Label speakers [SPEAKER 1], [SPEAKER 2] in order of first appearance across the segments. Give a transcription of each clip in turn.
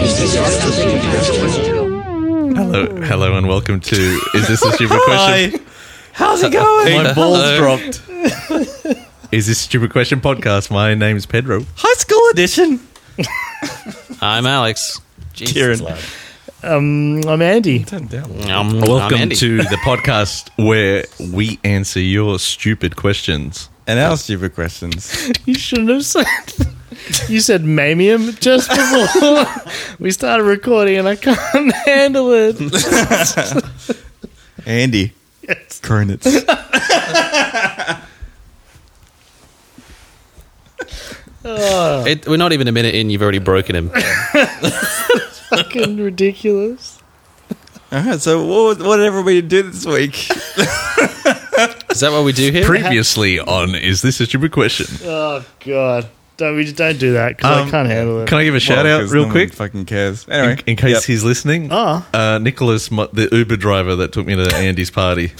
[SPEAKER 1] Is this our stupid question?
[SPEAKER 2] Hello, hello, and welcome to Is This a Stupid Question?
[SPEAKER 3] How's it going?
[SPEAKER 2] My
[SPEAKER 3] Hello.
[SPEAKER 2] balls dropped. Is This a Stupid Question podcast? My name's Pedro.
[SPEAKER 3] High school edition.
[SPEAKER 4] I'm Alex. Jesus.
[SPEAKER 3] Kieran.
[SPEAKER 5] Um, I'm Andy.
[SPEAKER 4] Um, I'm
[SPEAKER 2] Welcome
[SPEAKER 4] Andy.
[SPEAKER 2] to the podcast where we answer your stupid questions.
[SPEAKER 3] And our stupid questions.
[SPEAKER 5] You shouldn't have said. You said mamium just before we started recording, and I can't handle it.
[SPEAKER 3] Andy.
[SPEAKER 5] Yes.
[SPEAKER 3] Coronets.
[SPEAKER 4] It, we're not even a minute in. You've already broken him.
[SPEAKER 5] Fucking ridiculous.
[SPEAKER 3] All right, so what, what did everybody do this week?
[SPEAKER 4] Is that what we do here?
[SPEAKER 2] Previously on Is This a Stupid Question?
[SPEAKER 5] Oh god, don't we don't do that because
[SPEAKER 2] Um,
[SPEAKER 5] I can't handle it.
[SPEAKER 2] Can I give a shout
[SPEAKER 3] Well,
[SPEAKER 2] out
[SPEAKER 3] 'cause no
[SPEAKER 2] real
[SPEAKER 3] one
[SPEAKER 2] quick?
[SPEAKER 3] fucking cares. Anyway.
[SPEAKER 2] In, in case
[SPEAKER 3] Yep.
[SPEAKER 2] he's listening,
[SPEAKER 5] Ah.
[SPEAKER 2] uh, Nicholas, my, the Uber driver that took me to Andy's party.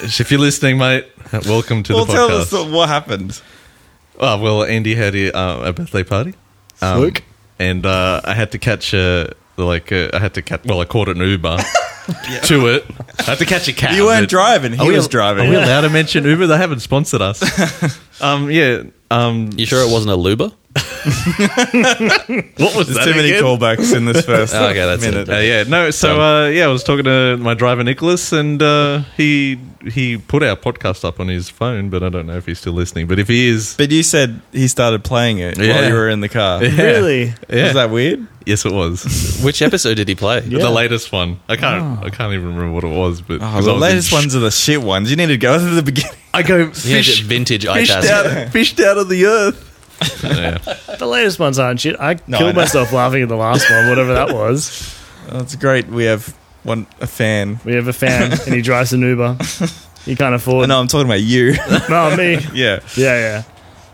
[SPEAKER 2] if you're listening, mate, welcome to
[SPEAKER 3] Well,
[SPEAKER 2] the
[SPEAKER 3] tell us
[SPEAKER 2] podcast.
[SPEAKER 3] what happened.
[SPEAKER 2] Oh, well, Andy had a, uh, a birthday party. Um,
[SPEAKER 5] Luke?
[SPEAKER 2] And uh, I had to catch a, like, a, I had to catch, well, I caught an Uber to it. I had to catch a cab.
[SPEAKER 3] You weren't
[SPEAKER 2] Ah, but-
[SPEAKER 3] driving. He
[SPEAKER 2] Are we
[SPEAKER 3] was
[SPEAKER 2] al-
[SPEAKER 3] driving.
[SPEAKER 2] Are we allowed to mention Uber? They haven't sponsored us. um, yeah. Um,
[SPEAKER 4] You sure it wasn't a luba?
[SPEAKER 2] what was
[SPEAKER 3] There's
[SPEAKER 2] that
[SPEAKER 3] too many
[SPEAKER 2] again?
[SPEAKER 3] callbacks in this first
[SPEAKER 4] Oh, okay, that's it.
[SPEAKER 3] minute.
[SPEAKER 2] Uh, yeah, no. So uh, yeah, I was talking to my driver Nicholas, and uh, he he put our podcast up on his phone, but I don't know if he's still listening. But if he is,
[SPEAKER 3] But you said he started playing it while
[SPEAKER 2] Yeah.
[SPEAKER 3] you were in the car.
[SPEAKER 2] Yeah.
[SPEAKER 5] Really?
[SPEAKER 2] yeah,
[SPEAKER 3] Is that weird?
[SPEAKER 2] yes, it was
[SPEAKER 4] Which episode did he play?
[SPEAKER 2] the latest one. I can't I can't even remember what it was, but
[SPEAKER 3] Oh,
[SPEAKER 2] 'cause
[SPEAKER 3] the
[SPEAKER 2] I was in
[SPEAKER 3] latest
[SPEAKER 2] sh-
[SPEAKER 3] ones are the shit ones. You need to go to the beginning.
[SPEAKER 2] I go
[SPEAKER 4] Yeah,
[SPEAKER 2] fish,
[SPEAKER 4] just vintage
[SPEAKER 2] fished
[SPEAKER 4] iTask.
[SPEAKER 2] out, fished out of the earth. yeah.
[SPEAKER 5] The latest ones aren't shit. I
[SPEAKER 3] No, I
[SPEAKER 5] killed
[SPEAKER 3] know.
[SPEAKER 5] myself laughing at the last one, whatever that was.
[SPEAKER 3] Oh, it's great. We have one a fan.
[SPEAKER 5] We have a fan, and he drives an Uber. He can't
[SPEAKER 3] Oh,
[SPEAKER 5] afford.
[SPEAKER 3] no, I'm talking about you.
[SPEAKER 5] no, me.
[SPEAKER 3] yeah.
[SPEAKER 5] Yeah, yeah.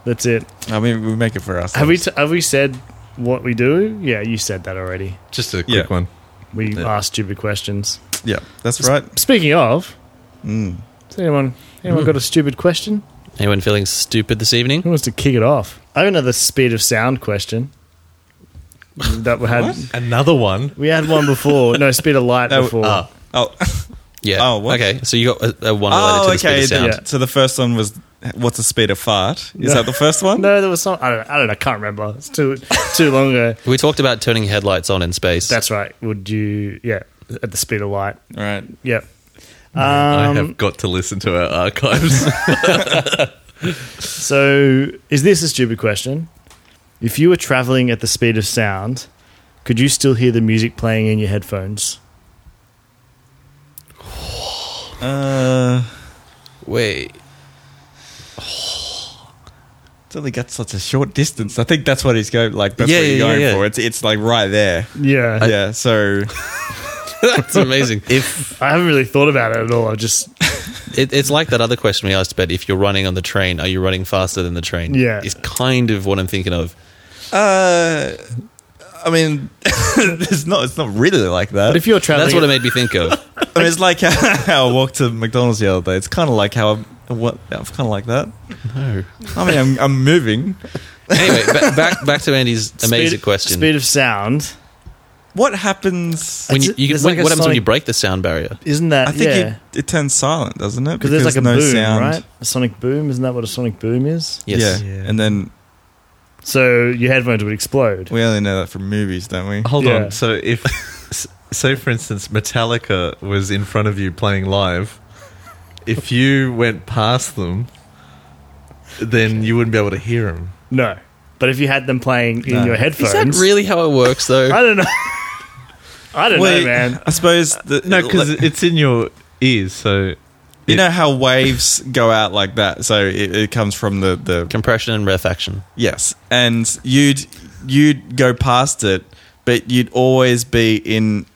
[SPEAKER 5] That's it.
[SPEAKER 3] I mean, we make it for us.
[SPEAKER 5] Have we t- have we said what we do? Yeah, you said that already.
[SPEAKER 2] Just a quick
[SPEAKER 3] Yeah.
[SPEAKER 2] one.
[SPEAKER 5] We
[SPEAKER 2] Yeah.
[SPEAKER 5] ask stupid questions.
[SPEAKER 3] yeah, that's right.
[SPEAKER 5] Speaking of,
[SPEAKER 3] Mm.
[SPEAKER 5] has anyone anyone got a stupid question?
[SPEAKER 4] Anyone feeling stupid this evening?
[SPEAKER 5] Who wants to kick it off? I have another speed of sound question. That we had
[SPEAKER 2] Another one.
[SPEAKER 5] we had one before. No, speed of light
[SPEAKER 3] Oh,
[SPEAKER 5] before.
[SPEAKER 2] ah.
[SPEAKER 3] Oh,
[SPEAKER 4] Yeah.
[SPEAKER 3] Oh, what?
[SPEAKER 4] okay. So you got a, a one related
[SPEAKER 3] oh
[SPEAKER 4] to the speed
[SPEAKER 3] okay.
[SPEAKER 4] of sound.
[SPEAKER 3] the- So the first one was what's the speed of fart? Is
[SPEAKER 5] No.
[SPEAKER 3] that the first one?
[SPEAKER 5] No, there was some I don't know, I don't know, I can't remember. It's too too long ago.
[SPEAKER 4] We talked about turning headlights on in space.
[SPEAKER 5] That's right. Would you yeah, at the speed of light.
[SPEAKER 3] All right.
[SPEAKER 5] Yep. Um,
[SPEAKER 2] I have got to listen to our archives.
[SPEAKER 5] So, is this a stupid question? If you were traveling at the speed of sound, could you still hear the music playing in your headphones?
[SPEAKER 3] Uh,
[SPEAKER 4] wait.
[SPEAKER 3] it's only got such a short distance. I think that's what he's going like. That's
[SPEAKER 4] Yeah,
[SPEAKER 3] what you're
[SPEAKER 4] yeah,
[SPEAKER 3] going
[SPEAKER 4] yeah, yeah.
[SPEAKER 3] for. It's it's like right there.
[SPEAKER 5] Yeah. I,
[SPEAKER 3] yeah. So
[SPEAKER 4] That's amazing. if
[SPEAKER 5] haven't really thought about it at all. I just
[SPEAKER 4] it, it's like that other question we asked about if you're running on the train, are you running faster than the train?
[SPEAKER 5] Yeah.
[SPEAKER 4] Is kind of what I'm thinking of.
[SPEAKER 3] Uh, I mean, it's not. It's not really like that.
[SPEAKER 5] But if you're traveling
[SPEAKER 4] That's what it made me think of.
[SPEAKER 3] I mean, it's like how, how I walked to McDonald's the other day. It's kind of like how I what. It's kind of like that.
[SPEAKER 4] No.
[SPEAKER 3] I mean, I'm, I'm moving.
[SPEAKER 4] Anyway, ba- back back to Andy's amazing
[SPEAKER 5] speed,
[SPEAKER 4] question.
[SPEAKER 5] Speed of sound,
[SPEAKER 3] What happens?
[SPEAKER 4] when
[SPEAKER 5] It's-
[SPEAKER 4] you, you,
[SPEAKER 5] there's
[SPEAKER 4] when-
[SPEAKER 5] like a
[SPEAKER 4] what happens when
[SPEAKER 5] sonic-
[SPEAKER 4] you break the sound barrier?
[SPEAKER 5] isn't that?
[SPEAKER 3] I think
[SPEAKER 5] Uh, yeah,
[SPEAKER 3] it, it turns silent, doesn't it?
[SPEAKER 5] because there's like a boom, right? A sonic boom. Isn't that what a sonic boom is?
[SPEAKER 4] Yes.
[SPEAKER 3] Yeah.
[SPEAKER 2] Yeah.
[SPEAKER 3] and then
[SPEAKER 5] So your headphones would explode.
[SPEAKER 3] we only know that from movies, don't we?
[SPEAKER 2] Hold
[SPEAKER 5] Yeah.
[SPEAKER 2] on. So if so, for instance, Metallica was in front of you playing live. If you went past them, then you wouldn't be able to hear them.
[SPEAKER 5] No, but if you had them playing in
[SPEAKER 3] No.
[SPEAKER 5] your
[SPEAKER 3] Is
[SPEAKER 4] Is
[SPEAKER 5] headphones,
[SPEAKER 4] that really how it works,
[SPEAKER 5] I
[SPEAKER 4] though?
[SPEAKER 5] don't know. I don't
[SPEAKER 3] Wait,
[SPEAKER 5] know, man.
[SPEAKER 3] I suppose the,
[SPEAKER 2] No, because it's in your ears. So
[SPEAKER 3] you know how waves go out like that, so it, it comes from the the
[SPEAKER 4] Compression and refaction.
[SPEAKER 3] Yes, and you'd you'd go past it, but you'd always be in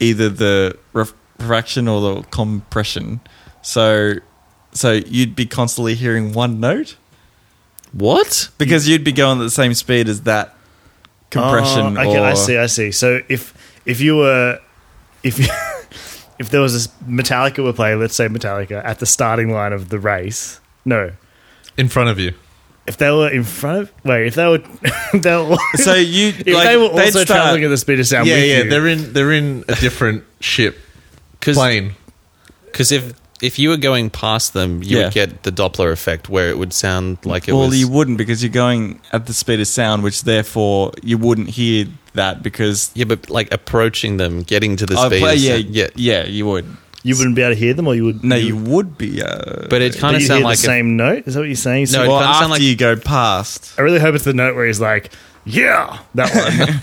[SPEAKER 3] either the ref- refraction or the compression. So, so you'd be constantly hearing one note
[SPEAKER 4] What?
[SPEAKER 3] because you'd be going at the same speed as that compression.
[SPEAKER 5] Oh, okay,
[SPEAKER 3] or,
[SPEAKER 5] I see. I see. So if if you were if you, if there was this Metallica were playing, let's say Metallica at the starting line of the race. No,
[SPEAKER 2] in front of you,
[SPEAKER 5] if they were in front of wait, if they were, if they were
[SPEAKER 3] So you
[SPEAKER 5] if
[SPEAKER 3] like
[SPEAKER 5] they were
[SPEAKER 3] they'd
[SPEAKER 5] also
[SPEAKER 3] start-
[SPEAKER 5] traveling at the speed of sound,
[SPEAKER 2] yeah,
[SPEAKER 5] with
[SPEAKER 2] yeah.
[SPEAKER 5] you,
[SPEAKER 2] They're in they're in a different ship plane.
[SPEAKER 4] Because if if you were going past them, you
[SPEAKER 3] Yeah.
[SPEAKER 4] would get the Doppler effect where it would sound like it
[SPEAKER 3] well,
[SPEAKER 4] was.
[SPEAKER 3] you wouldn't because you're going at the speed of sound, which therefore you wouldn't hear that because
[SPEAKER 4] yeah, but like approaching them, getting to the
[SPEAKER 3] Oh,
[SPEAKER 4] speed.
[SPEAKER 3] play-
[SPEAKER 4] of
[SPEAKER 3] yeah,
[SPEAKER 4] sound-
[SPEAKER 3] yeah, yeah, you would.
[SPEAKER 5] you wouldn't be able to hear them, or you would
[SPEAKER 3] No, you would be. Uh,
[SPEAKER 4] But it
[SPEAKER 5] but
[SPEAKER 4] kind of
[SPEAKER 5] you'd
[SPEAKER 4] sound
[SPEAKER 5] hear
[SPEAKER 4] like
[SPEAKER 5] the
[SPEAKER 4] a-
[SPEAKER 5] same note. Is that what you're saying? So
[SPEAKER 4] No, it
[SPEAKER 3] well,
[SPEAKER 4] kinda sound
[SPEAKER 3] after
[SPEAKER 4] like-
[SPEAKER 3] you go past,
[SPEAKER 5] I really hope it's the note where he's like, "Yeah, that one."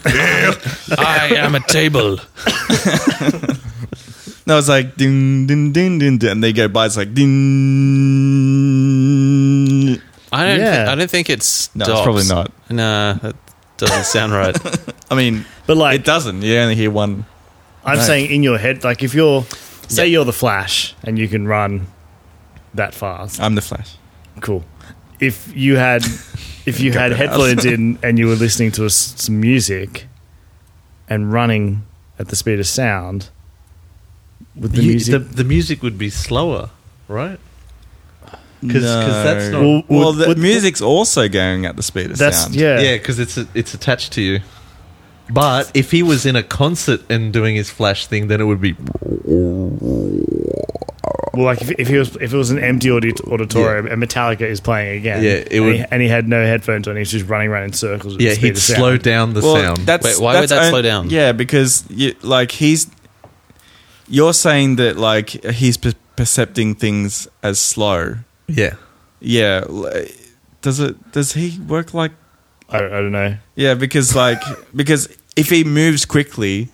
[SPEAKER 4] I am a table.
[SPEAKER 3] no, it's like ding, ding, ding, ding, ding, and they go by. It's like ding.
[SPEAKER 4] I don't. thi-
[SPEAKER 5] Yeah.
[SPEAKER 4] I don't think it's.
[SPEAKER 3] No, it's probably not.
[SPEAKER 4] Nah, that doesn't sound right.
[SPEAKER 3] I mean,
[SPEAKER 5] but like,
[SPEAKER 3] it doesn't. You only hear one.
[SPEAKER 5] I'm
[SPEAKER 3] No.
[SPEAKER 5] saying in your head, like if you're, say you're the Flash and you can run that fast,
[SPEAKER 3] I'm the Flash.
[SPEAKER 5] cool. If you had, if you had
[SPEAKER 3] Got that.
[SPEAKER 5] headphones in and you were listening to s some music, and running at the speed of sound, with the
[SPEAKER 2] You-
[SPEAKER 5] music,
[SPEAKER 2] the, the music would be slower, right? 'Cause- 'cause
[SPEAKER 3] No.
[SPEAKER 2] that's not-
[SPEAKER 5] Well,
[SPEAKER 3] well.
[SPEAKER 5] would-
[SPEAKER 3] The
[SPEAKER 5] would-
[SPEAKER 3] music's also going at the speed of
[SPEAKER 5] that's
[SPEAKER 3] sound.
[SPEAKER 5] yeah,
[SPEAKER 2] Yeah, because it's it's attached to you. But if he was in a concert and doing his flash thing, then it would be
[SPEAKER 5] Well, like if, if he was if it was an empty audit, auditorium and Metallica is playing again,
[SPEAKER 2] Yeah, it
[SPEAKER 5] and,
[SPEAKER 2] would-
[SPEAKER 5] he, and he had no headphones on, he's just running around in circles. At
[SPEAKER 2] yeah.
[SPEAKER 5] the speed
[SPEAKER 2] He'd
[SPEAKER 5] of sound.
[SPEAKER 2] slow down the sound.
[SPEAKER 3] That's,
[SPEAKER 4] Wait, why would
[SPEAKER 3] that's
[SPEAKER 4] that
[SPEAKER 3] on-
[SPEAKER 4] slow down?
[SPEAKER 3] Yeah, because you, like he's, you're saying that like he's per- percepting things as slow.
[SPEAKER 2] yeah,
[SPEAKER 3] Yeah, li- does it? Does he work like?
[SPEAKER 5] I, don't- I don't know.
[SPEAKER 3] Yeah, because like because if he moves quickly,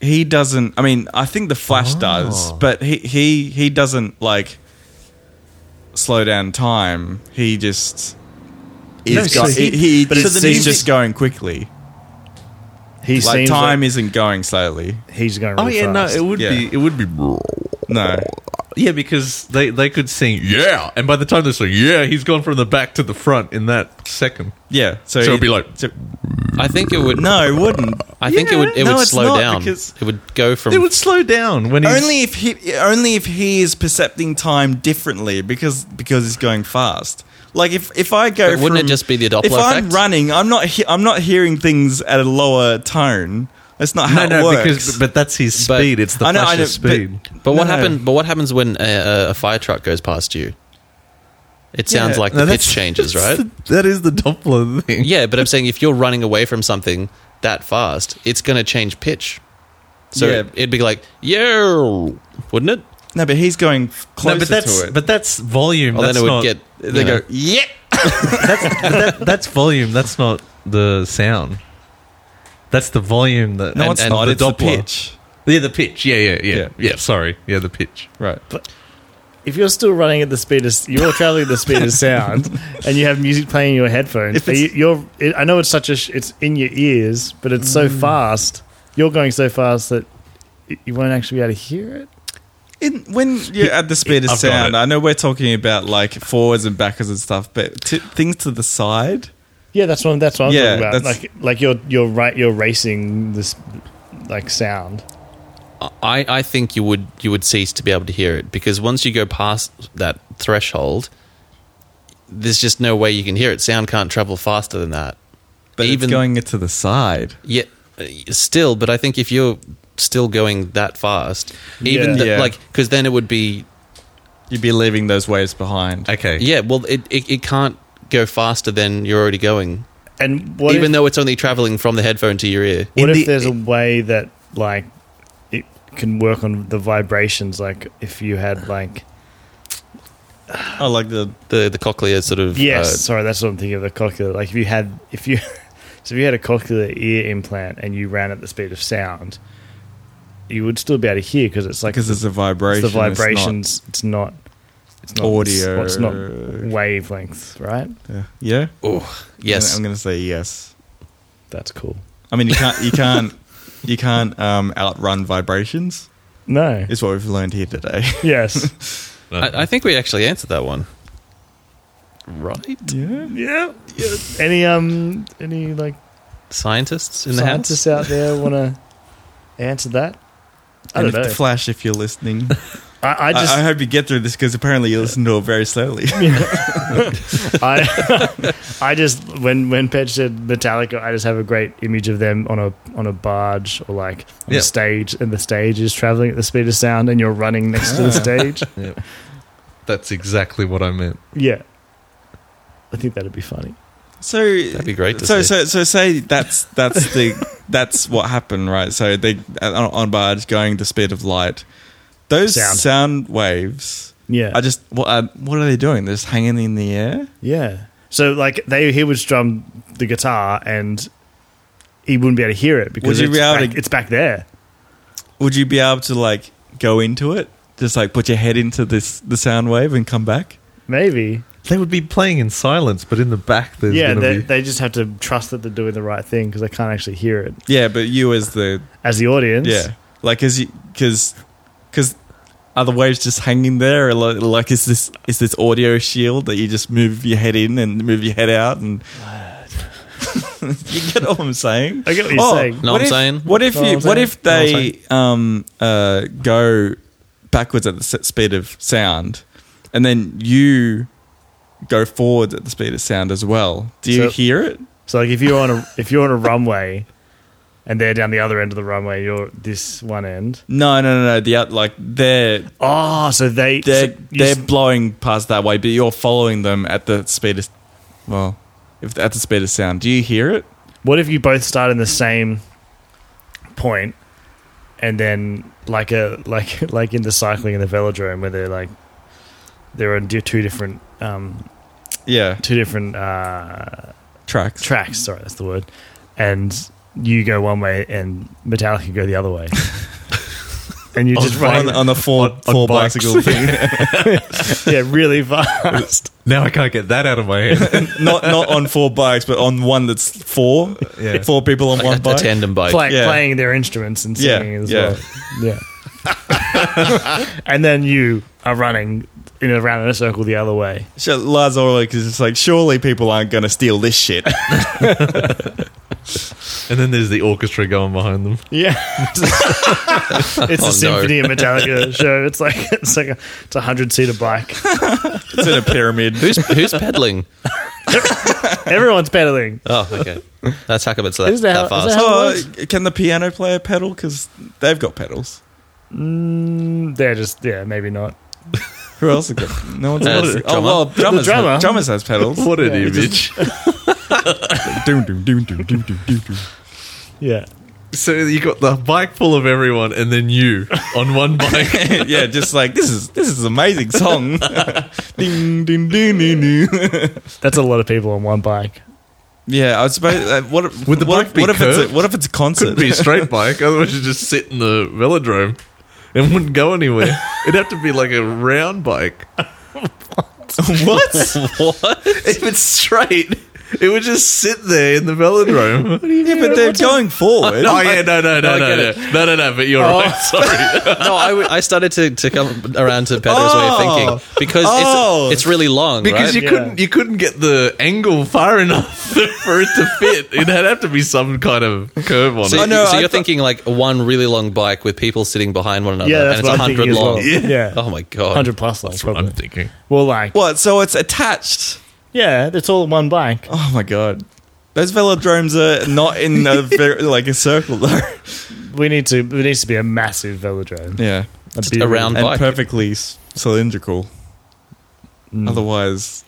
[SPEAKER 3] he doesn't. I mean, I think the Flash does,
[SPEAKER 2] Oh.
[SPEAKER 3] but he he he doesn't like slow down time. He just.
[SPEAKER 5] No,
[SPEAKER 3] Is
[SPEAKER 5] so
[SPEAKER 3] go-
[SPEAKER 5] he-
[SPEAKER 3] he, he,
[SPEAKER 5] but
[SPEAKER 3] just-
[SPEAKER 5] it's-
[SPEAKER 3] he's
[SPEAKER 5] he's-
[SPEAKER 3] just going quickly.
[SPEAKER 5] He
[SPEAKER 3] Like
[SPEAKER 5] seems
[SPEAKER 3] time
[SPEAKER 5] like
[SPEAKER 3] isn't going slowly.
[SPEAKER 5] he's going.
[SPEAKER 2] Oh
[SPEAKER 5] Really
[SPEAKER 2] yeah,
[SPEAKER 5] fast.
[SPEAKER 2] no, it would
[SPEAKER 3] Yeah.
[SPEAKER 2] be it would be
[SPEAKER 3] No,
[SPEAKER 2] yeah because they they could sing yeah, and by the time they sing yeah, he's gone from the back to the front in that second.
[SPEAKER 3] Yeah,
[SPEAKER 2] So
[SPEAKER 3] so,
[SPEAKER 2] it'd
[SPEAKER 3] it-
[SPEAKER 2] be like-
[SPEAKER 3] so-
[SPEAKER 4] I think it would.
[SPEAKER 3] no, it wouldn't.
[SPEAKER 4] I think it would. It
[SPEAKER 3] No,
[SPEAKER 4] would
[SPEAKER 3] it's
[SPEAKER 4] slow
[SPEAKER 3] not,
[SPEAKER 4] down.
[SPEAKER 3] because-
[SPEAKER 4] It would go from.
[SPEAKER 2] It would slow down when he's
[SPEAKER 3] only if he only if he is percepting time differently because because he's going fast. Like if if I go,
[SPEAKER 4] But wouldn't it
[SPEAKER 3] from-
[SPEAKER 4] just be the Doppler
[SPEAKER 3] If I'm
[SPEAKER 4] effect?
[SPEAKER 3] running, I'm not he- I'm not hearing things at a lower tone. That's not how
[SPEAKER 2] no no
[SPEAKER 3] it works.
[SPEAKER 2] because but that's his
[SPEAKER 4] But-
[SPEAKER 2] speed. it's the
[SPEAKER 3] I know, I
[SPEAKER 2] flash's
[SPEAKER 3] know, but-
[SPEAKER 2] speed.
[SPEAKER 4] But what
[SPEAKER 3] No.
[SPEAKER 4] happened? But what happens when a, a- a fire truck goes past you? It sounds
[SPEAKER 3] Yeah.
[SPEAKER 4] like
[SPEAKER 2] No,
[SPEAKER 4] the pitch
[SPEAKER 2] that's-
[SPEAKER 4] changes, right?
[SPEAKER 2] that's the- that is the Doppler thing.
[SPEAKER 4] yeah, but I'm saying if you're running away from something that fast, it's going to change pitch. So
[SPEAKER 3] Yeah.
[SPEAKER 4] it'd be like yeah, wouldn't it?
[SPEAKER 3] no, but he's going closer
[SPEAKER 2] No, but that's
[SPEAKER 3] to it.
[SPEAKER 2] but that's volume.
[SPEAKER 4] Well,
[SPEAKER 2] that's
[SPEAKER 4] then it would
[SPEAKER 2] not,
[SPEAKER 4] get.
[SPEAKER 3] they
[SPEAKER 4] you know,
[SPEAKER 3] go, yeah.
[SPEAKER 2] that, that's volume. That's not the sound. That's the volume that
[SPEAKER 3] No,
[SPEAKER 2] and,
[SPEAKER 3] it's
[SPEAKER 2] and
[SPEAKER 3] not.
[SPEAKER 2] The
[SPEAKER 3] it's
[SPEAKER 2] Doppler.
[SPEAKER 3] the pitch.
[SPEAKER 2] Yeah, the pitch. Yeah, yeah, yeah,
[SPEAKER 3] Yeah.
[SPEAKER 2] yeah, Sorry, yeah, the pitch.
[SPEAKER 3] Right.
[SPEAKER 5] If you're still running at the speed of you're traveling at the speed of sound, and you have music playing in your headphones,
[SPEAKER 3] If
[SPEAKER 5] are you,
[SPEAKER 3] it's-
[SPEAKER 5] you're. It, I know it's such a. Sh- it's in your ears, but it's so fast. You're going so fast that y- you won't actually be able to hear it.
[SPEAKER 3] In, when you're at the speed
[SPEAKER 2] I've
[SPEAKER 3] of
[SPEAKER 2] got
[SPEAKER 3] sound,
[SPEAKER 2] it.
[SPEAKER 3] I know we're talking about like forwards and backwards and stuff, but t- things to the side.
[SPEAKER 5] Yeah, that's what that's what I'm
[SPEAKER 3] Yeah,
[SPEAKER 5] talking about.
[SPEAKER 3] that's-
[SPEAKER 5] Like like you're you're right you're racing this like sound.
[SPEAKER 4] I, I think you would you would cease to be able to hear it because once you go past that threshold, there's just no way you can hear it. Sound can't travel faster than that.
[SPEAKER 3] But
[SPEAKER 4] Even-
[SPEAKER 3] even going it to the side.
[SPEAKER 4] Yet uh, still, but I think if you're still going that fast, even
[SPEAKER 5] Yeah.
[SPEAKER 4] th-
[SPEAKER 3] Yeah.
[SPEAKER 4] like because then it would be
[SPEAKER 3] You'd be leaving those waves behind.
[SPEAKER 2] Okay.
[SPEAKER 4] yeah. Well, it it, it can't go faster than you're already going,
[SPEAKER 5] And what
[SPEAKER 4] even
[SPEAKER 5] if,
[SPEAKER 4] though it's only traveling from the headphone to your ear.
[SPEAKER 5] what
[SPEAKER 2] in
[SPEAKER 5] if
[SPEAKER 2] the-
[SPEAKER 5] there's a way that like it can work on the vibrations like if you had like
[SPEAKER 3] Oh, like the
[SPEAKER 4] The the cochlea sort of
[SPEAKER 5] yes
[SPEAKER 4] uh,
[SPEAKER 5] sorry that's what I'm thinking of the cochlea like if you had if you so if you had a cochlear ear implant and you ran at the speed of sound you would still be able to hear because it's like
[SPEAKER 3] because it's a
[SPEAKER 5] it's
[SPEAKER 3] vibration.
[SPEAKER 5] the
[SPEAKER 3] it's not-
[SPEAKER 5] vibrations it's not it's not
[SPEAKER 3] Audio.
[SPEAKER 5] it's not wavelengths right
[SPEAKER 3] yeah. yeah.
[SPEAKER 4] oh yes.
[SPEAKER 3] I'm gonna say yes.
[SPEAKER 5] that's cool
[SPEAKER 3] I mean, you can't. You can't. you can't um, outrun vibrations.
[SPEAKER 5] no
[SPEAKER 3] Is what we've learned here today.
[SPEAKER 5] yes
[SPEAKER 4] I, I think we actually answered that one. Right?
[SPEAKER 3] yeah.
[SPEAKER 5] Yeah. Any um any like
[SPEAKER 4] Scientists in the
[SPEAKER 5] scientists
[SPEAKER 4] house?
[SPEAKER 5] out there want to answer that? I don't
[SPEAKER 3] And if
[SPEAKER 5] know.
[SPEAKER 3] the flash, if you're listening,
[SPEAKER 5] I, I
[SPEAKER 3] I,
[SPEAKER 5] just
[SPEAKER 3] I hope you get through this because apparently you listen to it very slowly.
[SPEAKER 5] I, I just when when Petch said Metallica, I just have a great image of them on a on a barge or like on
[SPEAKER 2] Yeah.
[SPEAKER 5] a stage, and the stage is traveling at the speed of sound, and you're running next
[SPEAKER 3] Ah.
[SPEAKER 5] to the stage.
[SPEAKER 2] That's exactly what I meant.
[SPEAKER 5] Yeah, I think that'd be funny.
[SPEAKER 3] So
[SPEAKER 4] That'd be great to
[SPEAKER 3] so
[SPEAKER 4] see.
[SPEAKER 3] so so say that's that's the that's what happened, right? So they on, on barge going the speed of light. Those
[SPEAKER 5] Sound.
[SPEAKER 3] sound, waves.
[SPEAKER 5] Yeah,
[SPEAKER 3] I just what are, what are they doing? They're just hanging in the air.
[SPEAKER 5] yeah. So like they he would strum the guitar, and he wouldn't be able to hear it because
[SPEAKER 3] you
[SPEAKER 5] it's,
[SPEAKER 3] be able to-
[SPEAKER 5] back, it's back there.
[SPEAKER 3] Would you be able to like go into it? Just like put your head into this the sound wave and come back.
[SPEAKER 5] Maybe.
[SPEAKER 2] They would be playing in silence, but in the back there's
[SPEAKER 5] yeah,
[SPEAKER 2] going
[SPEAKER 5] they,
[SPEAKER 2] to be.
[SPEAKER 5] they just have to trust that they're doing the right thing because they can't actually hear it
[SPEAKER 3] Yeah, but you as the
[SPEAKER 5] as the audience.
[SPEAKER 3] yeah, like as you because because are the waves just hanging there? Or like, like is this is this audio shield that you just move your head in and move your head out and you get what I'm saying? Oh,
[SPEAKER 5] I get what you're saying.
[SPEAKER 4] No,
[SPEAKER 3] what
[SPEAKER 4] I'm
[SPEAKER 3] if,
[SPEAKER 4] saying.
[SPEAKER 3] What if
[SPEAKER 5] No, I'm
[SPEAKER 3] you? What
[SPEAKER 5] saying.
[SPEAKER 3] if they um uh go backwards at the s- speed of sound, and then you go forward at the speed of sound as well? Do you
[SPEAKER 5] So-
[SPEAKER 3] hear it?
[SPEAKER 5] So like if you're on a if you're on a runway and they're down the other end of the runway, you're this one end.
[SPEAKER 3] No, no, no, no. The out like they're
[SPEAKER 5] Oh, so they
[SPEAKER 3] they're
[SPEAKER 5] so you
[SPEAKER 3] they're
[SPEAKER 5] s-
[SPEAKER 3] blowing past that way, but you're following them at the speed of well, if at the speed of sound. Do you hear it?
[SPEAKER 5] what if you both start in the same point and then like a like like in the cycling in the velodrome where they're like they're on di- two different um
[SPEAKER 3] Yeah,
[SPEAKER 5] two different uh
[SPEAKER 3] tracks.
[SPEAKER 5] tracks, sorry, that's the word. And you go one way and Metallica go the other way. and you just
[SPEAKER 3] on,
[SPEAKER 5] run
[SPEAKER 3] on the four four
[SPEAKER 2] bikes.
[SPEAKER 3] bicycle thing.
[SPEAKER 5] yeah, really fast.
[SPEAKER 2] Now I can't get that out of my head.
[SPEAKER 3] not not on four bikes, but on one that's four.
[SPEAKER 2] Yeah.
[SPEAKER 3] Four people on
[SPEAKER 4] Like
[SPEAKER 3] one
[SPEAKER 4] a, a
[SPEAKER 3] bike.
[SPEAKER 4] tandem bike.
[SPEAKER 5] Play,
[SPEAKER 3] yeah.
[SPEAKER 5] playing their instruments and
[SPEAKER 3] Yeah,
[SPEAKER 5] singing as
[SPEAKER 3] yeah.
[SPEAKER 5] well. Yeah. and then you are running in a round in a circle the other way.
[SPEAKER 3] So Lars Ulrich is just like, surely people aren't going to steal this shit.
[SPEAKER 2] and then there's the orchestra going behind them.
[SPEAKER 5] Yeah. it's
[SPEAKER 4] Oh, no.
[SPEAKER 5] a symphony and Metallica show. It's like it's like a it's a hundred seater bike.
[SPEAKER 3] it's in a pyramid.
[SPEAKER 4] Who's who's pedaling?
[SPEAKER 5] Everyone's pedaling.
[SPEAKER 4] Oh, okay. That's Huckabit's that,
[SPEAKER 5] Is that-
[SPEAKER 4] that
[SPEAKER 5] is
[SPEAKER 4] fast.
[SPEAKER 5] that-
[SPEAKER 3] Oh, can the piano player pedal? Because they've got pedals.
[SPEAKER 5] Mm, they're just yeah, maybe not.
[SPEAKER 3] Who else has got? No one's
[SPEAKER 4] Uh,
[SPEAKER 3] got.
[SPEAKER 4] the
[SPEAKER 3] Oh well, drummers,
[SPEAKER 5] drummer.
[SPEAKER 3] drummers has pedals.
[SPEAKER 2] What an
[SPEAKER 5] Yeah,
[SPEAKER 2] image.
[SPEAKER 3] doom, doom, doom, doom, doom, doom, doom, doom.
[SPEAKER 5] Yeah.
[SPEAKER 2] so you got the bike full of everyone and then you on one bike.
[SPEAKER 3] yeah, just like this is this is an amazing song. ding, ding, ding, ding, ding.
[SPEAKER 5] That's a lot of people on one bike.
[SPEAKER 3] yeah, I suppose. Uh, what if-
[SPEAKER 2] Would the
[SPEAKER 3] what,
[SPEAKER 2] bike
[SPEAKER 3] if-
[SPEAKER 2] be
[SPEAKER 3] what if it's
[SPEAKER 2] curved?
[SPEAKER 3] a, what if it's a concert?
[SPEAKER 2] It'd be a straight bike, otherwise you'd just sit in the velodrome and wouldn't go anywhere. It'd have to be like a round bike.
[SPEAKER 3] what?
[SPEAKER 2] If it's straight, it would just sit there in the velodrome.
[SPEAKER 3] yeah, but they're going forward.
[SPEAKER 2] oh yeah, no, no, no,
[SPEAKER 4] I
[SPEAKER 2] no,
[SPEAKER 4] get
[SPEAKER 2] no,
[SPEAKER 4] it.
[SPEAKER 2] no, no, no. But you're right. Sorry.
[SPEAKER 4] no, I, w- I started to, to come around to Pedro's way
[SPEAKER 3] Oh.
[SPEAKER 4] of thinking because
[SPEAKER 3] Oh.
[SPEAKER 4] it's, it's really long,
[SPEAKER 2] Because
[SPEAKER 4] right?
[SPEAKER 2] you
[SPEAKER 5] Yeah.
[SPEAKER 2] couldn't, you couldn't get the angle far enough for it to fit. It'd have to be some kind of curve on
[SPEAKER 4] so,
[SPEAKER 2] it.
[SPEAKER 3] I know,
[SPEAKER 4] so
[SPEAKER 3] Oh, I
[SPEAKER 4] you're
[SPEAKER 3] thought-
[SPEAKER 4] thinking like one really long bike with people sitting behind one another,
[SPEAKER 5] Yeah, that's
[SPEAKER 4] and it's
[SPEAKER 5] what I'm thinking
[SPEAKER 4] hundred
[SPEAKER 5] as
[SPEAKER 4] long.
[SPEAKER 5] well. Yeah.
[SPEAKER 4] Oh my god,
[SPEAKER 5] Hundred plus like
[SPEAKER 2] That's what I'm
[SPEAKER 5] probably.
[SPEAKER 2] thinking.
[SPEAKER 5] Well, like
[SPEAKER 3] What? So it's attached.
[SPEAKER 5] yeah, it's all on one bike.
[SPEAKER 3] Oh my god. Those velodromes are not in a very, like a circle though.
[SPEAKER 5] We need to. There needs to be a massive velodrome.
[SPEAKER 3] Yeah,
[SPEAKER 5] A big-
[SPEAKER 4] around-
[SPEAKER 3] and
[SPEAKER 4] Bike.
[SPEAKER 3] perfectly s- cylindrical. Mm. Otherwise,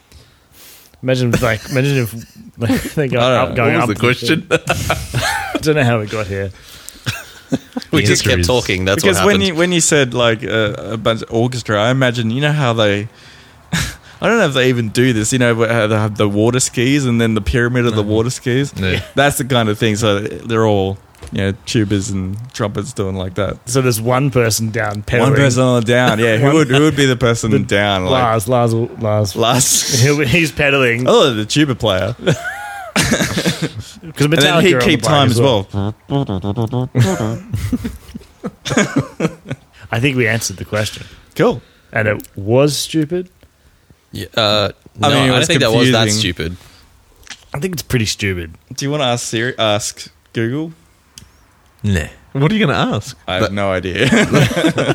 [SPEAKER 5] Imagine like imagine if like, they go
[SPEAKER 3] I don't
[SPEAKER 5] up,
[SPEAKER 3] know.
[SPEAKER 5] going
[SPEAKER 2] What
[SPEAKER 5] up.
[SPEAKER 2] was the question?
[SPEAKER 5] I don't know how we got here.
[SPEAKER 4] we
[SPEAKER 2] The
[SPEAKER 4] just
[SPEAKER 2] answer
[SPEAKER 4] kept
[SPEAKER 2] is-
[SPEAKER 4] talking. That's
[SPEAKER 3] because
[SPEAKER 4] what
[SPEAKER 3] when
[SPEAKER 4] happened.
[SPEAKER 3] you when you said like uh, a, a bunch of orchestra, I imagine you know how they. I don't know if they even do this. You know where- how they have the water skis and then the pyramid of the water skis.
[SPEAKER 2] No.
[SPEAKER 3] That's the kind of thing. So they're all you know tubas and trumpets doing like that.
[SPEAKER 5] So there's one person down pedaling.
[SPEAKER 3] One person on the down. Yeah, who would who would be the person down? Like
[SPEAKER 5] Lars, Lars, will- Lars.
[SPEAKER 3] last.
[SPEAKER 5] He'll- He's pedaling
[SPEAKER 3] Oh, the tuba player.
[SPEAKER 5] because
[SPEAKER 3] and then
[SPEAKER 5] Metallica
[SPEAKER 3] he'd
[SPEAKER 5] are on
[SPEAKER 3] keep
[SPEAKER 5] the bike
[SPEAKER 3] time as well.
[SPEAKER 5] I think we answered the question,
[SPEAKER 3] Cool.
[SPEAKER 5] and it was stupid.
[SPEAKER 4] Yeah, uh, no,
[SPEAKER 3] I
[SPEAKER 4] I,
[SPEAKER 3] mean, it
[SPEAKER 4] don't
[SPEAKER 3] was
[SPEAKER 4] think that was that
[SPEAKER 3] confusing.
[SPEAKER 4] stupid.
[SPEAKER 5] I think it's pretty stupid.
[SPEAKER 3] Do you want to ask Siri? Ask Google?
[SPEAKER 2] What are you going to ask?
[SPEAKER 3] I have no idea.
[SPEAKER 5] I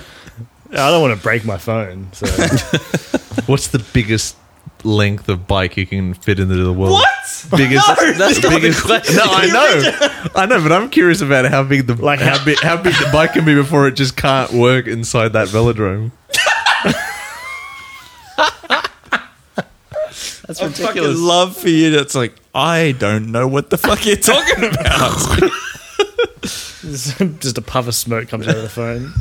[SPEAKER 5] don't want to break my phone. So
[SPEAKER 2] What's the biggest length of bike you can fit into the world?
[SPEAKER 3] What?
[SPEAKER 2] Biggest.
[SPEAKER 4] That's not the question.
[SPEAKER 2] No, I know, I know, but I'm curious about how big the like
[SPEAKER 5] Like-
[SPEAKER 2] how big how big the bike can be before it just can't work inside that velodrome.
[SPEAKER 4] That's
[SPEAKER 3] I fucking love for you. That's like I don't know what the fuck you're talking about.
[SPEAKER 5] just a puff of smoke comes out of the phone.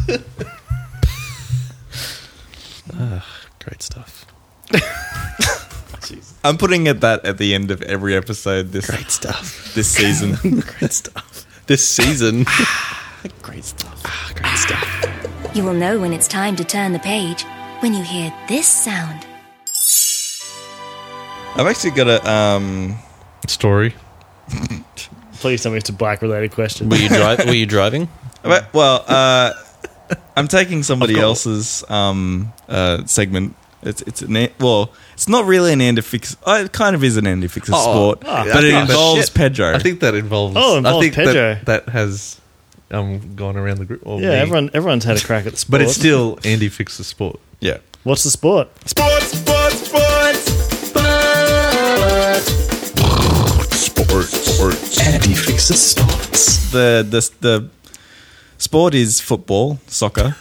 [SPEAKER 4] Great stuff.
[SPEAKER 3] I'm putting it that at the end of every episode this
[SPEAKER 4] Great stuff.
[SPEAKER 3] this season.
[SPEAKER 4] Great stuff. This season.
[SPEAKER 3] Great stuff.
[SPEAKER 4] Ah, Great stuff.
[SPEAKER 1] You will know when it's time to turn the page when you hear this sound.
[SPEAKER 3] I've actually got a um.
[SPEAKER 2] Story.
[SPEAKER 5] Please tell me it's a bike related question.
[SPEAKER 4] Were you, dri- were you driving?
[SPEAKER 3] Well, well, uh, I'm taking somebody else's um, uh, segment. It's it's an a- well, it's not really an Andy Fix. Uh, it kind of is an Andy Fixer sport,
[SPEAKER 5] ah,
[SPEAKER 3] but it
[SPEAKER 2] ah,
[SPEAKER 3] involves
[SPEAKER 2] shit.
[SPEAKER 3] Pedro.
[SPEAKER 2] I think that involves.
[SPEAKER 5] Oh, it involves
[SPEAKER 2] I think
[SPEAKER 5] Pedro.
[SPEAKER 2] That, that has um, gone around the group. or
[SPEAKER 5] yeah,
[SPEAKER 2] me.
[SPEAKER 5] everyone everyone's had a crack at the sport.
[SPEAKER 2] But it's still Andy Fixer's sport.
[SPEAKER 3] yeah.
[SPEAKER 5] what's the sport?
[SPEAKER 3] Sports, sports, sports.
[SPEAKER 4] Andy fixes sports.
[SPEAKER 3] The the the sport is football, soccer,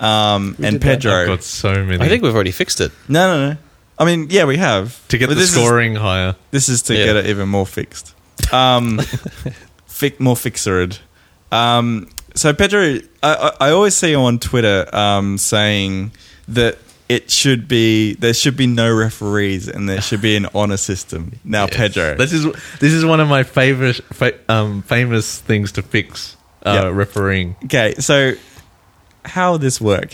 [SPEAKER 3] um, and
[SPEAKER 5] did that.
[SPEAKER 2] I've
[SPEAKER 3] Pedro.
[SPEAKER 2] got so many.
[SPEAKER 4] I think we've already fixed it.
[SPEAKER 3] No, no, no. I mean, yeah, we have
[SPEAKER 2] to get
[SPEAKER 3] But
[SPEAKER 2] the
[SPEAKER 3] this is-
[SPEAKER 2] scoring higher.
[SPEAKER 3] This is to
[SPEAKER 4] Yeah.
[SPEAKER 3] get it even more fixed. Um, fi- more fixered. Um, so Pedro, I, I, I always see you on Twitter um, saying that it should be there should be no referees and there should be an honor system. Now, Pedro,
[SPEAKER 2] This is this is one of my favorite fa- um, famous things to fix uh,
[SPEAKER 3] Yeah.
[SPEAKER 2] refereeing.
[SPEAKER 3] okay, so how will this work?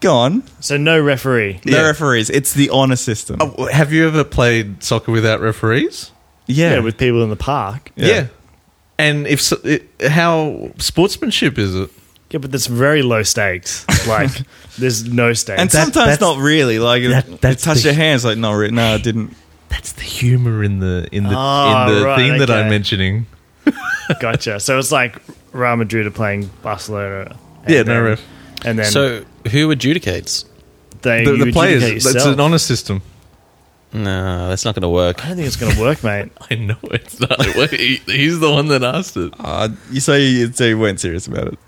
[SPEAKER 3] Go on,
[SPEAKER 5] So no referee.
[SPEAKER 3] no
[SPEAKER 2] Yeah.
[SPEAKER 3] referees. It's the honor system.
[SPEAKER 2] Oh, have you ever played soccer without referees?
[SPEAKER 5] Yeah, with people in the park.
[SPEAKER 3] Yeah.
[SPEAKER 2] And if so, it, how sportsmanship is it?
[SPEAKER 5] Yeah, but that's very low stakes. Like there's no stakes.
[SPEAKER 3] and
[SPEAKER 2] That-
[SPEAKER 3] sometimes
[SPEAKER 2] that's-
[SPEAKER 3] not really. Like
[SPEAKER 2] that-
[SPEAKER 3] you
[SPEAKER 2] that's
[SPEAKER 3] touch
[SPEAKER 2] the-
[SPEAKER 3] your hands, like no, re- no, I didn't.
[SPEAKER 2] That's the humor in the in the
[SPEAKER 5] Ah,
[SPEAKER 2] in the
[SPEAKER 5] right,
[SPEAKER 2] thing that
[SPEAKER 5] okay.
[SPEAKER 2] I'm mentioning.
[SPEAKER 5] gotcha. So it's like Real Madrid are playing Barcelona. and
[SPEAKER 2] Yeah, no
[SPEAKER 5] then-
[SPEAKER 2] ref.
[SPEAKER 5] And then
[SPEAKER 4] So, who adjudicates?
[SPEAKER 5] they
[SPEAKER 2] The,
[SPEAKER 5] you
[SPEAKER 2] the players.
[SPEAKER 5] adjudicate
[SPEAKER 2] That's
[SPEAKER 5] yourself.
[SPEAKER 2] an honor system.
[SPEAKER 4] No, that's not going to work.
[SPEAKER 5] I don't think it's gonna work, mate.
[SPEAKER 2] I know it's not. Wait, he's the one that asked it.
[SPEAKER 3] Uh, you say you, so you weren't serious about it.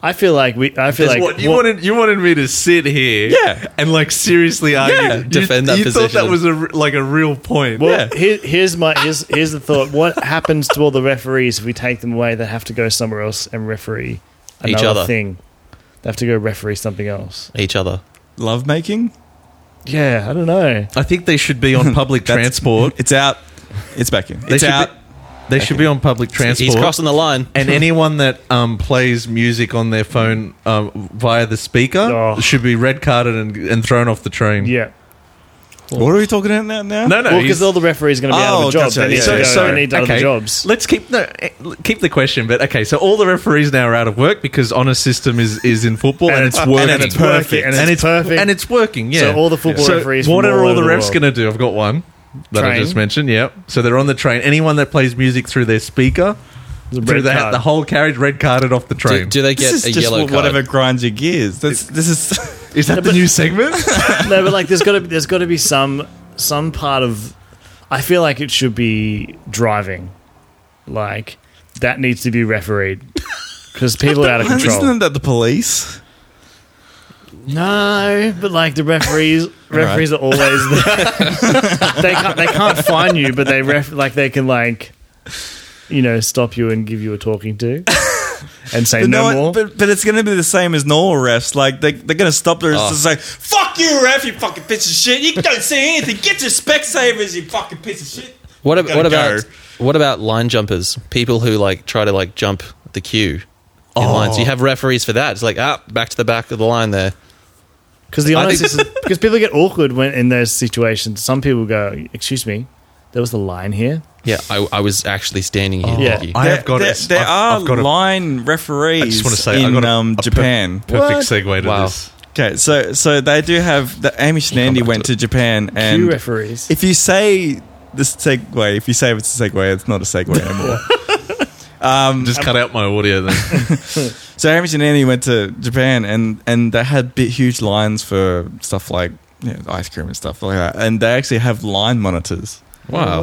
[SPEAKER 5] I feel like we. I feel
[SPEAKER 2] That's
[SPEAKER 5] like
[SPEAKER 2] what, you
[SPEAKER 5] what-
[SPEAKER 2] wanted you wanted me to sit here,
[SPEAKER 3] Yeah.
[SPEAKER 2] and like seriously argue,
[SPEAKER 3] Yeah.
[SPEAKER 2] You-
[SPEAKER 4] Defend that
[SPEAKER 2] You thought
[SPEAKER 4] position.
[SPEAKER 2] that was a, r- like a real point.
[SPEAKER 5] Well,
[SPEAKER 3] Yeah.
[SPEAKER 5] here, here's my here's, here's the thought. What happens to all the referees if we take them away? They have to go somewhere else and referee
[SPEAKER 4] Each
[SPEAKER 5] another
[SPEAKER 4] other.
[SPEAKER 5] thing. They have to go referee something else.
[SPEAKER 4] Each other.
[SPEAKER 3] Love making.
[SPEAKER 5] Yeah, I don't know.
[SPEAKER 2] I think they should be on public
[SPEAKER 3] That's-
[SPEAKER 2] transport.
[SPEAKER 3] It's out. It's back in.
[SPEAKER 2] They
[SPEAKER 3] It's
[SPEAKER 2] should
[SPEAKER 3] out.
[SPEAKER 2] Be, they should be on public transport.
[SPEAKER 4] He's crossing the line.
[SPEAKER 2] and anyone that um, plays music on their phone um, via the speaker
[SPEAKER 5] Oh.
[SPEAKER 2] should be red carded and, and thrown off the train.
[SPEAKER 5] Yeah.
[SPEAKER 3] what are we talking about now? now?
[SPEAKER 2] No, no.
[SPEAKER 5] Well,
[SPEAKER 2] he's-
[SPEAKER 5] because all the referees are going to be out
[SPEAKER 3] Oh,
[SPEAKER 5] of a job.
[SPEAKER 3] gotcha.
[SPEAKER 5] They need,
[SPEAKER 3] Yeah,
[SPEAKER 5] to,
[SPEAKER 3] yeah,
[SPEAKER 5] go,
[SPEAKER 3] so-
[SPEAKER 5] they need other
[SPEAKER 2] okay,
[SPEAKER 5] jobs.
[SPEAKER 2] Let's keep the eh, keep the question. But okay, so all the referees now are out of work because honor system is is in football and, it's working.
[SPEAKER 3] and it's perfect.
[SPEAKER 5] And it's, perfect.
[SPEAKER 2] and it's working. Yeah.
[SPEAKER 5] So all the football
[SPEAKER 2] So
[SPEAKER 5] referees from
[SPEAKER 2] What
[SPEAKER 5] all
[SPEAKER 2] are all
[SPEAKER 5] over
[SPEAKER 2] the
[SPEAKER 5] the
[SPEAKER 2] refs
[SPEAKER 5] world.
[SPEAKER 2] going to do? I've got one that I
[SPEAKER 5] Train.
[SPEAKER 2] just mentioned. Yep. So they're on the train. Anyone that plays music through their speaker, through
[SPEAKER 5] red
[SPEAKER 2] the,
[SPEAKER 5] card.
[SPEAKER 2] the whole carriage, red carded off the
[SPEAKER 4] Do,
[SPEAKER 2] train.
[SPEAKER 4] do they
[SPEAKER 3] This
[SPEAKER 4] get
[SPEAKER 3] is
[SPEAKER 4] a
[SPEAKER 3] just
[SPEAKER 4] yellow
[SPEAKER 3] what-
[SPEAKER 4] card?
[SPEAKER 3] whatever grinds your gears. This, this is.
[SPEAKER 2] is that the new segment?
[SPEAKER 5] no, but like there's got to there's got to be some some part of. I feel like it should be driving, like that needs to be refereed because people are out of control.
[SPEAKER 3] Isn't that the police?
[SPEAKER 5] No, but like the referees, referees are always there. they can't they can't fine you, but they ref like they can like, you know, stop you and give you a talking to, and say
[SPEAKER 3] But
[SPEAKER 5] no,
[SPEAKER 3] no,
[SPEAKER 5] more.
[SPEAKER 3] But, but it's going to be the same as normal refs. Like they, they're going to stop there. It's just like fuck you, ref. You fucking piece of shit. You don't see anything. Get your Specsavers. You fucking piece of shit.
[SPEAKER 4] What,
[SPEAKER 3] You
[SPEAKER 4] ab- what
[SPEAKER 3] gotta
[SPEAKER 4] about what about line jumpers? People who like try to like jump the queue in lines. You have referees for that. It's like ah, back to the back of the line there.
[SPEAKER 5] Because the
[SPEAKER 4] I
[SPEAKER 5] honest
[SPEAKER 4] think-
[SPEAKER 5] is because people get awkward when in those situations. Some people go, "Excuse me, there was the line here."
[SPEAKER 4] Yeah, I, I was actually standing here.
[SPEAKER 5] Yeah.
[SPEAKER 4] thank you.
[SPEAKER 2] I have got
[SPEAKER 3] there,
[SPEAKER 2] it.
[SPEAKER 3] There
[SPEAKER 2] I've-
[SPEAKER 3] are
[SPEAKER 2] I've got a-
[SPEAKER 3] line referees.
[SPEAKER 2] I just want to say, I
[SPEAKER 3] in
[SPEAKER 2] got a,
[SPEAKER 3] um,
[SPEAKER 2] a per-
[SPEAKER 3] Japan.
[SPEAKER 5] What?
[SPEAKER 2] perfect segue to
[SPEAKER 4] Wow.
[SPEAKER 2] this.
[SPEAKER 3] Okay, so so they do have the Amish and Andy went to Japan and
[SPEAKER 5] Few referees.
[SPEAKER 3] If you say this segue, if you say it's a segue, it's not a segue anymore.
[SPEAKER 2] Mm. Um, Just cut out my audio then.
[SPEAKER 3] So Hamilton and Andy went to Japan, and and they had bit huge lines for stuff like you know, ice cream and stuff like that. And they actually have line monitors.
[SPEAKER 4] Wow.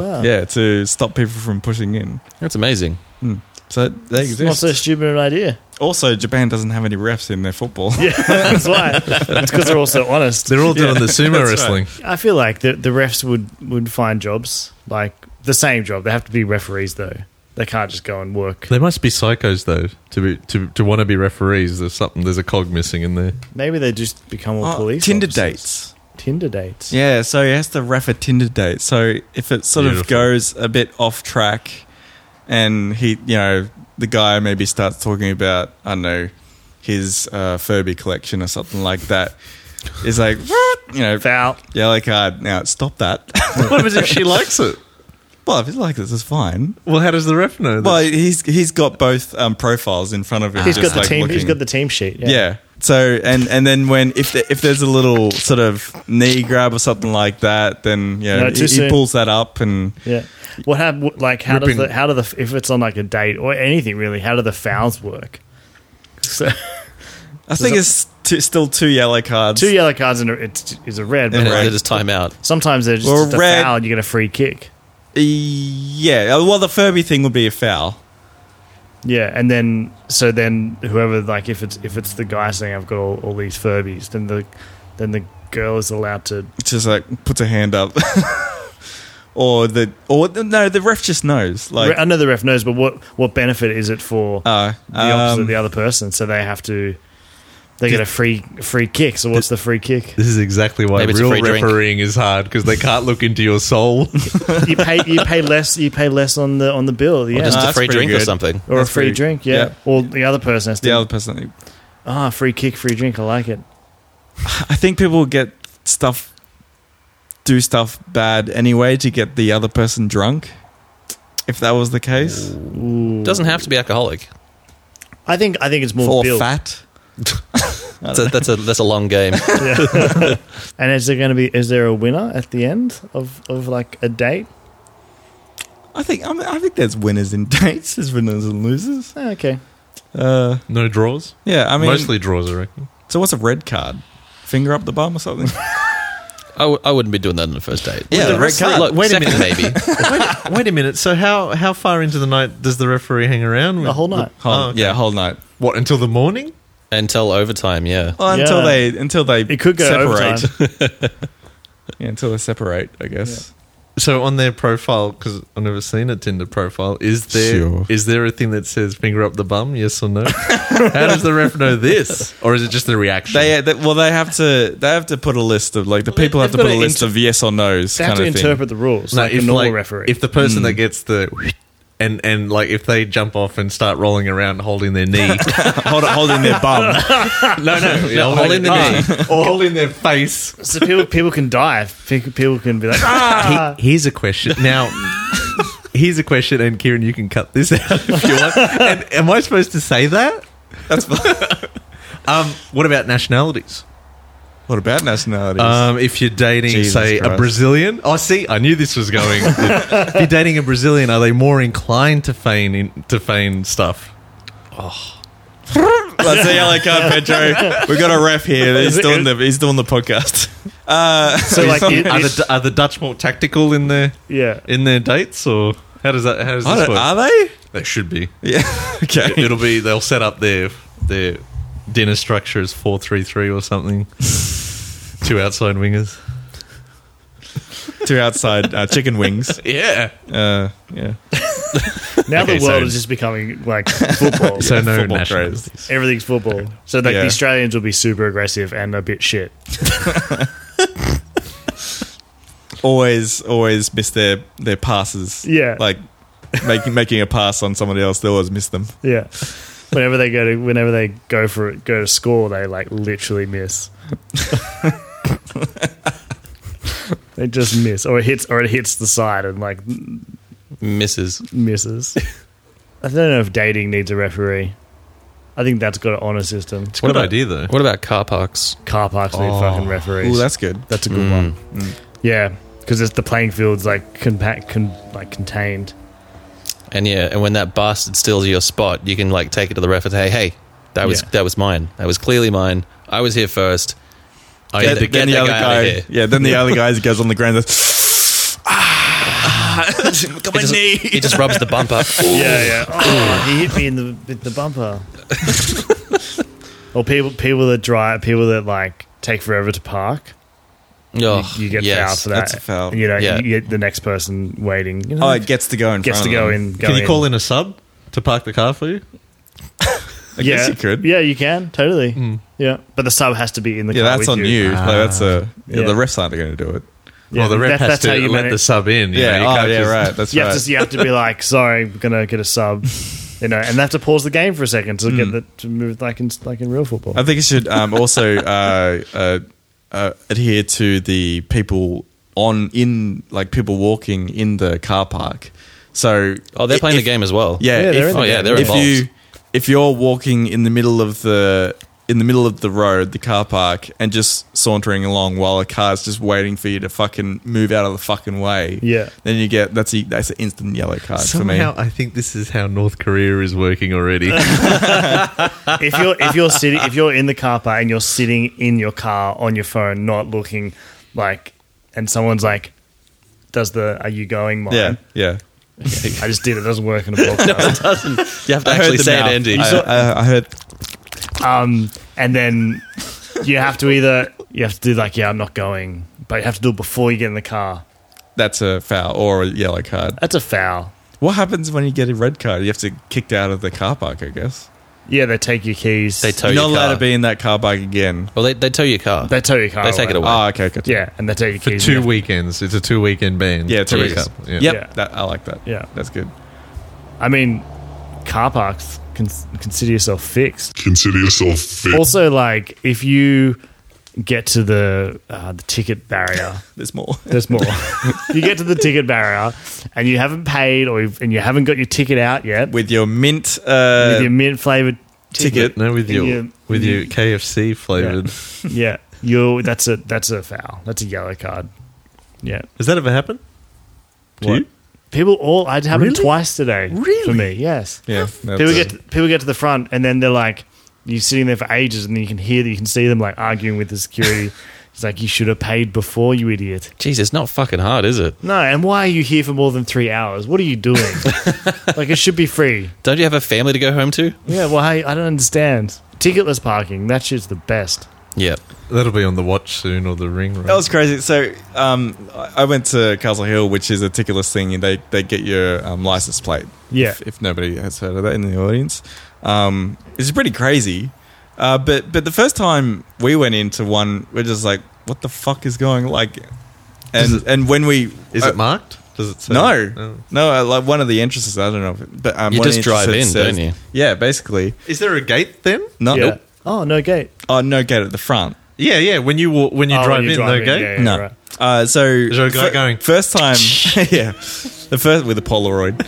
[SPEAKER 5] Oh, wow.
[SPEAKER 3] Yeah, to stop people from pushing in.
[SPEAKER 4] That's amazing.
[SPEAKER 3] Hmm. So they
[SPEAKER 5] It's not
[SPEAKER 3] exist.
[SPEAKER 5] so stupid an idea.
[SPEAKER 3] also, Japan doesn't have any refs in their football.
[SPEAKER 5] Yeah, that's why. It's because they're all so honest.
[SPEAKER 2] They're all doing the sumo
[SPEAKER 3] that's
[SPEAKER 2] wrestling.
[SPEAKER 5] I feel like the, the refs would, would find jobs, like the same job. They have to be referees, though. They can't just go and work.
[SPEAKER 2] They must be psychos though to be to to want to be referees. There's something. There's a cog missing in there.
[SPEAKER 5] Maybe they just become all
[SPEAKER 3] Oh,
[SPEAKER 5] police.
[SPEAKER 3] Tinder
[SPEAKER 5] officers.
[SPEAKER 3] dates.
[SPEAKER 5] Tinder dates.
[SPEAKER 3] Yeah, so he has to ref a Tinder date. So if it sort of
[SPEAKER 2] Beautiful.
[SPEAKER 3] goes a bit off track and he, you know, the guy maybe starts talking about, I don't know, his uh, Furby collection or something like that. He's like, what? You know,
[SPEAKER 5] Foul.
[SPEAKER 3] yellow card. Now, stop that.
[SPEAKER 2] what happens if she likes it?
[SPEAKER 3] well, if he's like this, it's fine.
[SPEAKER 2] Well, how does the ref know?
[SPEAKER 3] Well,
[SPEAKER 2] That?
[SPEAKER 3] he's he's got both um, profiles in front of him.
[SPEAKER 5] He's
[SPEAKER 3] just
[SPEAKER 5] got the
[SPEAKER 3] like
[SPEAKER 5] team. He's
[SPEAKER 3] looking.
[SPEAKER 5] got the team sheet. Yeah.
[SPEAKER 3] Yeah. So and and then when if the, if there's a little sort of knee grab or something like that, then yeah,
[SPEAKER 5] No, too
[SPEAKER 3] he, he
[SPEAKER 5] soon.
[SPEAKER 3] pulls that up and
[SPEAKER 5] Yeah. What happened? Like, how does
[SPEAKER 2] Ripping-
[SPEAKER 5] the how do the if it's on like a date or anything really? How do the fouls work? So
[SPEAKER 3] I think it's t- still two yellow cards.
[SPEAKER 5] two yellow cards and a, it's is a red. But
[SPEAKER 4] And
[SPEAKER 3] Right.
[SPEAKER 4] right. just time out.
[SPEAKER 5] sometimes they're just,
[SPEAKER 3] Or
[SPEAKER 5] just a
[SPEAKER 3] red.
[SPEAKER 5] foul and you get a free kick.
[SPEAKER 3] Uh, yeah. uh, Well, the Furby thing would be a foul.
[SPEAKER 5] Yeah, and then so then whoever like if it's if it's the guy saying I've got all, all these Furbies, then the then the girl is allowed to.
[SPEAKER 3] Just like puts a hand up, or the or the, no, the ref just knows. Like,
[SPEAKER 5] I know the ref knows, but what what benefit is it for
[SPEAKER 3] uh,
[SPEAKER 5] the opposite
[SPEAKER 3] um,
[SPEAKER 5] of the other person? So they have to. They get a free free kick. So what's the free kick?
[SPEAKER 2] this is exactly why
[SPEAKER 4] Maybe it's a
[SPEAKER 2] real
[SPEAKER 4] free drink.
[SPEAKER 2] refereeing is hard because they can't look into your soul.
[SPEAKER 5] you pay you pay less you pay less on the on the bill yeah
[SPEAKER 4] Or
[SPEAKER 5] or,
[SPEAKER 4] just
[SPEAKER 3] No,
[SPEAKER 4] a
[SPEAKER 3] that's
[SPEAKER 4] free
[SPEAKER 3] pretty
[SPEAKER 4] drink or
[SPEAKER 3] good.
[SPEAKER 4] something.
[SPEAKER 5] a
[SPEAKER 3] that's
[SPEAKER 5] free
[SPEAKER 3] pretty-
[SPEAKER 5] drink yeah.
[SPEAKER 3] yeah.
[SPEAKER 5] or the other person has
[SPEAKER 3] the
[SPEAKER 5] to
[SPEAKER 3] other person.
[SPEAKER 5] ah free kick free drink I like it
[SPEAKER 3] I think people get stuff, do stuff bad anyway to get the other person drunk. If that was the case,
[SPEAKER 5] Ooh.
[SPEAKER 4] Doesn't have to be alcoholic.
[SPEAKER 5] I think I think it's more
[SPEAKER 3] for
[SPEAKER 5] built
[SPEAKER 3] fat.
[SPEAKER 4] That's a, that's a that's a long game.
[SPEAKER 5] Yeah. and is there going to be is there a winner at the end of of like a date
[SPEAKER 3] I think I, mean, I think there's winners in dates, there's winners and losers.
[SPEAKER 5] Ah, okay
[SPEAKER 3] Uh,
[SPEAKER 2] no draws.
[SPEAKER 3] yeah, I mean,
[SPEAKER 2] mostly draws. I reckon.
[SPEAKER 3] So what's a red card? Finger up the bum or something?
[SPEAKER 4] I w- I wouldn't be doing that on the first date.
[SPEAKER 3] Yeah, the red card.
[SPEAKER 4] Look,
[SPEAKER 2] Wait a
[SPEAKER 4] second maybe.
[SPEAKER 2] wait, wait a minute. So how how far into the night does the referee hang around?
[SPEAKER 5] the whole night
[SPEAKER 3] Whole-
[SPEAKER 2] Oh, okay.
[SPEAKER 3] Yeah, whole night.
[SPEAKER 2] What until the morning?
[SPEAKER 4] Until overtime, yeah.
[SPEAKER 3] Well, until
[SPEAKER 5] Yeah.
[SPEAKER 3] they until they
[SPEAKER 5] it could go
[SPEAKER 3] separate.
[SPEAKER 5] overtime
[SPEAKER 3] Yeah, until they separate, I guess.
[SPEAKER 2] So on their profile, because I've never seen a Tinder profile, is there is
[SPEAKER 3] Sure.
[SPEAKER 2] there a thing that says finger up the bum? Yes or no? How does the ref know this, or is it just the reaction?
[SPEAKER 3] Uh, They, they well they have to they have to put a list of like the
[SPEAKER 2] they-
[SPEAKER 3] people have to
[SPEAKER 2] they've
[SPEAKER 3] put a
[SPEAKER 2] gotta
[SPEAKER 3] list
[SPEAKER 2] inter-
[SPEAKER 3] of yes or no's
[SPEAKER 5] they have
[SPEAKER 3] kind
[SPEAKER 5] to
[SPEAKER 3] of thing.
[SPEAKER 5] interpret the rules like a normal referee
[SPEAKER 2] if the person that gets the and and like if they jump off and start rolling around holding their knee,
[SPEAKER 3] Hold, holding their bum.
[SPEAKER 2] no, no,
[SPEAKER 4] no, holding the knee.
[SPEAKER 2] or holding their face.
[SPEAKER 5] so people people can die Pe- people can be like ah
[SPEAKER 2] He- here's a question. Now, here's a question, and Kieran, you can cut this out if you want. And am I supposed to say that? That's um, what about nationalities?
[SPEAKER 3] What about nationalities?
[SPEAKER 5] Uh,
[SPEAKER 2] Um, if you're dating,
[SPEAKER 3] Jesus
[SPEAKER 2] say, a
[SPEAKER 3] Christ.
[SPEAKER 2] Brazilian. Oh, see, I knew this was going. if you're dating a Brazilian, are they more inclined to feign in, to feign stuff?
[SPEAKER 3] That's the yellow card, Pedro. We got a ref here.
[SPEAKER 5] Is
[SPEAKER 3] He's
[SPEAKER 5] it-
[SPEAKER 3] doing the he's doing the podcast.
[SPEAKER 5] so like it,
[SPEAKER 2] Are
[SPEAKER 5] it,
[SPEAKER 2] the, are the Dutch more tactical in their
[SPEAKER 5] yeah
[SPEAKER 2] in their dates, or how does that how does
[SPEAKER 3] I
[SPEAKER 2] this
[SPEAKER 3] don't-
[SPEAKER 2] work?
[SPEAKER 3] are they?
[SPEAKER 2] they should be.
[SPEAKER 3] Yeah. Okay.
[SPEAKER 2] It'll be they'll set up their their dinner structure as four three three or something. Two outside wingers.
[SPEAKER 3] Two outside uh, chicken wings.
[SPEAKER 2] Yeah.
[SPEAKER 3] Uh, yeah.
[SPEAKER 5] now
[SPEAKER 2] Okay,
[SPEAKER 5] the world
[SPEAKER 2] so-
[SPEAKER 5] is just becoming like football
[SPEAKER 2] So no
[SPEAKER 3] football
[SPEAKER 2] nationalities.
[SPEAKER 5] Everything's football. So like
[SPEAKER 3] Yeah.
[SPEAKER 5] the Australians will be super aggressive and a bit shit.
[SPEAKER 3] always always miss their their passes.
[SPEAKER 5] Yeah.
[SPEAKER 3] like making making a pass on somebody else, they always miss them.
[SPEAKER 5] Yeah. Whenever they go to whenever they go for it, go to score, they like literally miss. they just miss, or it hits, or it hits the side and like
[SPEAKER 4] Misses.
[SPEAKER 5] misses. I don't know if dating needs a referee. I think that's got an honor system.
[SPEAKER 2] It's a good
[SPEAKER 4] about-
[SPEAKER 2] idea though.
[SPEAKER 4] What about car parks? Hmm.
[SPEAKER 5] Car parks need
[SPEAKER 2] Oh. Mm.
[SPEAKER 5] fucking referees.
[SPEAKER 3] Oh, that's good.
[SPEAKER 5] that's a good one. Yeah, because it's the playing field's like compact, con, like contained.
[SPEAKER 4] And yeah, and when that bastard steals your spot, you can like take it to the ref and say, "Hey, That was
[SPEAKER 5] Yeah.
[SPEAKER 4] that was mine. That was clearly mine. I was here first. I
[SPEAKER 3] Yeah,
[SPEAKER 4] had to get the other guy. Out of here.
[SPEAKER 3] yeah, then the other guy goes on the ground. That's,
[SPEAKER 4] It just, he just rubs the bumper.
[SPEAKER 5] Yeah, yeah. Oh, he hit me in the in the bumper. or people people that drive, people that like take forever to park.
[SPEAKER 4] Oh,
[SPEAKER 5] you, you get
[SPEAKER 4] yes.
[SPEAKER 5] fouled for that.
[SPEAKER 3] that's a foul.
[SPEAKER 5] You know,
[SPEAKER 4] Yeah.
[SPEAKER 5] you get the next person waiting. You know,
[SPEAKER 3] oh, it gets to go in.
[SPEAKER 5] gets
[SPEAKER 3] front
[SPEAKER 5] to
[SPEAKER 3] of
[SPEAKER 5] go
[SPEAKER 3] them.
[SPEAKER 5] in. Go
[SPEAKER 2] Can you call
[SPEAKER 5] in?
[SPEAKER 2] in a sub to park the car for you?
[SPEAKER 3] I
[SPEAKER 5] yeah,
[SPEAKER 3] guess you could. Hmm.
[SPEAKER 5] Yeah, you can totally. Yeah, but the sub has to be in the
[SPEAKER 3] Yeah,
[SPEAKER 5] car
[SPEAKER 3] that's
[SPEAKER 5] with
[SPEAKER 3] on you. Like, that's a
[SPEAKER 4] Ah,
[SPEAKER 3] yeah,
[SPEAKER 5] Yeah.
[SPEAKER 3] The refs aren't going to do it.
[SPEAKER 5] Yeah,
[SPEAKER 2] well, the rep
[SPEAKER 5] that-
[SPEAKER 2] has
[SPEAKER 5] that's how
[SPEAKER 2] to
[SPEAKER 5] you
[SPEAKER 2] let
[SPEAKER 5] manage-
[SPEAKER 2] the sub in. you
[SPEAKER 3] Yeah,
[SPEAKER 2] know, you
[SPEAKER 3] oh,
[SPEAKER 2] can't
[SPEAKER 3] yeah,
[SPEAKER 2] just-
[SPEAKER 3] right. That's
[SPEAKER 5] you
[SPEAKER 3] right.
[SPEAKER 5] have to you have to be like, sorry, I'm gonna get a sub, you know, and they have to pause the game for a second to
[SPEAKER 3] Hmm.
[SPEAKER 5] get the to move like in like in real football.
[SPEAKER 3] I think it should um, also uh, uh, uh, adhere to the people on in like people walking in the car park. So
[SPEAKER 4] Oh, they're
[SPEAKER 3] i-
[SPEAKER 4] playing
[SPEAKER 3] if-
[SPEAKER 4] the game as well.
[SPEAKER 5] Yeah,
[SPEAKER 3] Yeah,
[SPEAKER 5] they're
[SPEAKER 3] if-
[SPEAKER 5] in the Oh, yeah, game. they're
[SPEAKER 3] if
[SPEAKER 4] involved.
[SPEAKER 3] you if you're walking in the middle of the in the middle of the road, the car park, and just sauntering along while a car's just waiting for you to fucking move out of the fucking way.
[SPEAKER 5] Yeah.
[SPEAKER 3] then you get that's a, that's an instant yellow card
[SPEAKER 2] Somehow,
[SPEAKER 3] for me.
[SPEAKER 2] I think this is how North Korea is working already.
[SPEAKER 5] if you're if you're sitting if you're in the car park and you're sitting in your car on your phone, not looking like, and someone's like, does the are you going? Mine?
[SPEAKER 3] Yeah, yeah.
[SPEAKER 5] I just did it. it Doesn't work in a podcast.
[SPEAKER 4] You have to
[SPEAKER 3] I heard
[SPEAKER 4] actually
[SPEAKER 3] the
[SPEAKER 4] say it,
[SPEAKER 3] mouth.
[SPEAKER 4] Andy.
[SPEAKER 3] I, I, I heard.
[SPEAKER 5] um, and then you have to either you have to do like, yeah, I'm not going, but you have to do it before you get in the car.
[SPEAKER 3] That's a foul or a yellow card.
[SPEAKER 5] That's a foul.
[SPEAKER 3] What happens when you get a red card? You have to kicked out of the car park, I guess.
[SPEAKER 5] Yeah, they take your keys.
[SPEAKER 4] They tow
[SPEAKER 3] You're
[SPEAKER 4] your
[SPEAKER 3] not allowed
[SPEAKER 4] car.
[SPEAKER 3] to be in that car park again.
[SPEAKER 4] well, they, they tow your car.
[SPEAKER 5] they tow your car.
[SPEAKER 4] They take it away.
[SPEAKER 3] Oh, okay, gotcha.
[SPEAKER 5] Yeah, and they take your
[SPEAKER 2] For
[SPEAKER 5] keys.
[SPEAKER 2] two weekends. It's a two weekend ban.
[SPEAKER 3] yeah, two
[SPEAKER 4] Yeah.
[SPEAKER 3] weeks.
[SPEAKER 2] Yeah.
[SPEAKER 3] Yep,
[SPEAKER 5] Yeah.
[SPEAKER 3] That, I like that.
[SPEAKER 5] Yeah.
[SPEAKER 3] that's good.
[SPEAKER 5] I mean, car parks. Cons- consider yourself fixed.
[SPEAKER 6] Consider yourself fit.
[SPEAKER 5] also like if you get to the uh, the ticket barrier
[SPEAKER 3] There's more.
[SPEAKER 5] there's more you get to the ticket barrier and you haven't paid or you've, and you haven't got your ticket out yet with,
[SPEAKER 3] with your mint uh,
[SPEAKER 5] your mint flavored
[SPEAKER 3] ticket.
[SPEAKER 2] No, with
[SPEAKER 5] In
[SPEAKER 2] your
[SPEAKER 5] your-
[SPEAKER 2] with your KFC flavored.
[SPEAKER 5] yeah you that's a that's a foul that's a yellow card yeah
[SPEAKER 2] Has that ever happened? To
[SPEAKER 5] What?
[SPEAKER 2] you?
[SPEAKER 5] people all i'd happened
[SPEAKER 2] Really?
[SPEAKER 5] twice today for me yes
[SPEAKER 3] Yeah,
[SPEAKER 5] people
[SPEAKER 3] that's
[SPEAKER 5] get
[SPEAKER 3] a-
[SPEAKER 5] to, people get to the front and then they're like you're sitting there for ages and then you can hear that you can see them like arguing with the security it's like you should have paid before you idiot
[SPEAKER 4] Jeez, it's not fucking hard, is it?
[SPEAKER 5] No, and why are you here for more than three hours? What are you doing? like, it should be free.
[SPEAKER 4] Don't you have a family to go home to?
[SPEAKER 5] Yeah, well, I, I don't understand. Ticketless parking, that shit's the best.
[SPEAKER 4] Yeah.
[SPEAKER 2] That'll be on the watch soon or the ring. Right?
[SPEAKER 3] That was crazy. So um, I I went to Castle Hill, which is a ticketless thing, and they, they get your um, license plate.
[SPEAKER 5] Yeah.
[SPEAKER 3] If, if nobody has heard of that in the audience, um, it's pretty crazy. Uh, but but the first time we went into one, we're just like, what the fuck is going like? And and when we
[SPEAKER 2] is
[SPEAKER 3] uh,
[SPEAKER 2] it marked? Does it say?
[SPEAKER 3] no,
[SPEAKER 2] Oh.
[SPEAKER 3] no, uh, like one of the entrances. I don't know, if- but um,
[SPEAKER 4] You
[SPEAKER 3] one of
[SPEAKER 4] just
[SPEAKER 3] the
[SPEAKER 4] drive
[SPEAKER 3] entrances
[SPEAKER 4] in, don't you?
[SPEAKER 3] Yeah, basically.
[SPEAKER 2] Is there a gate then?
[SPEAKER 3] No,
[SPEAKER 5] yeah. Oh, no gate.
[SPEAKER 3] oh no, gate at the front.
[SPEAKER 2] Yeah, yeah. When you wa- when you
[SPEAKER 5] Oh, when
[SPEAKER 2] drive
[SPEAKER 5] you
[SPEAKER 2] in,
[SPEAKER 5] drive
[SPEAKER 2] no
[SPEAKER 5] in,
[SPEAKER 2] gate.
[SPEAKER 5] yeah,
[SPEAKER 3] No.
[SPEAKER 5] right.
[SPEAKER 3] Uh, so is
[SPEAKER 2] there a guy going?
[SPEAKER 3] First time, yeah. The first with a Polaroid.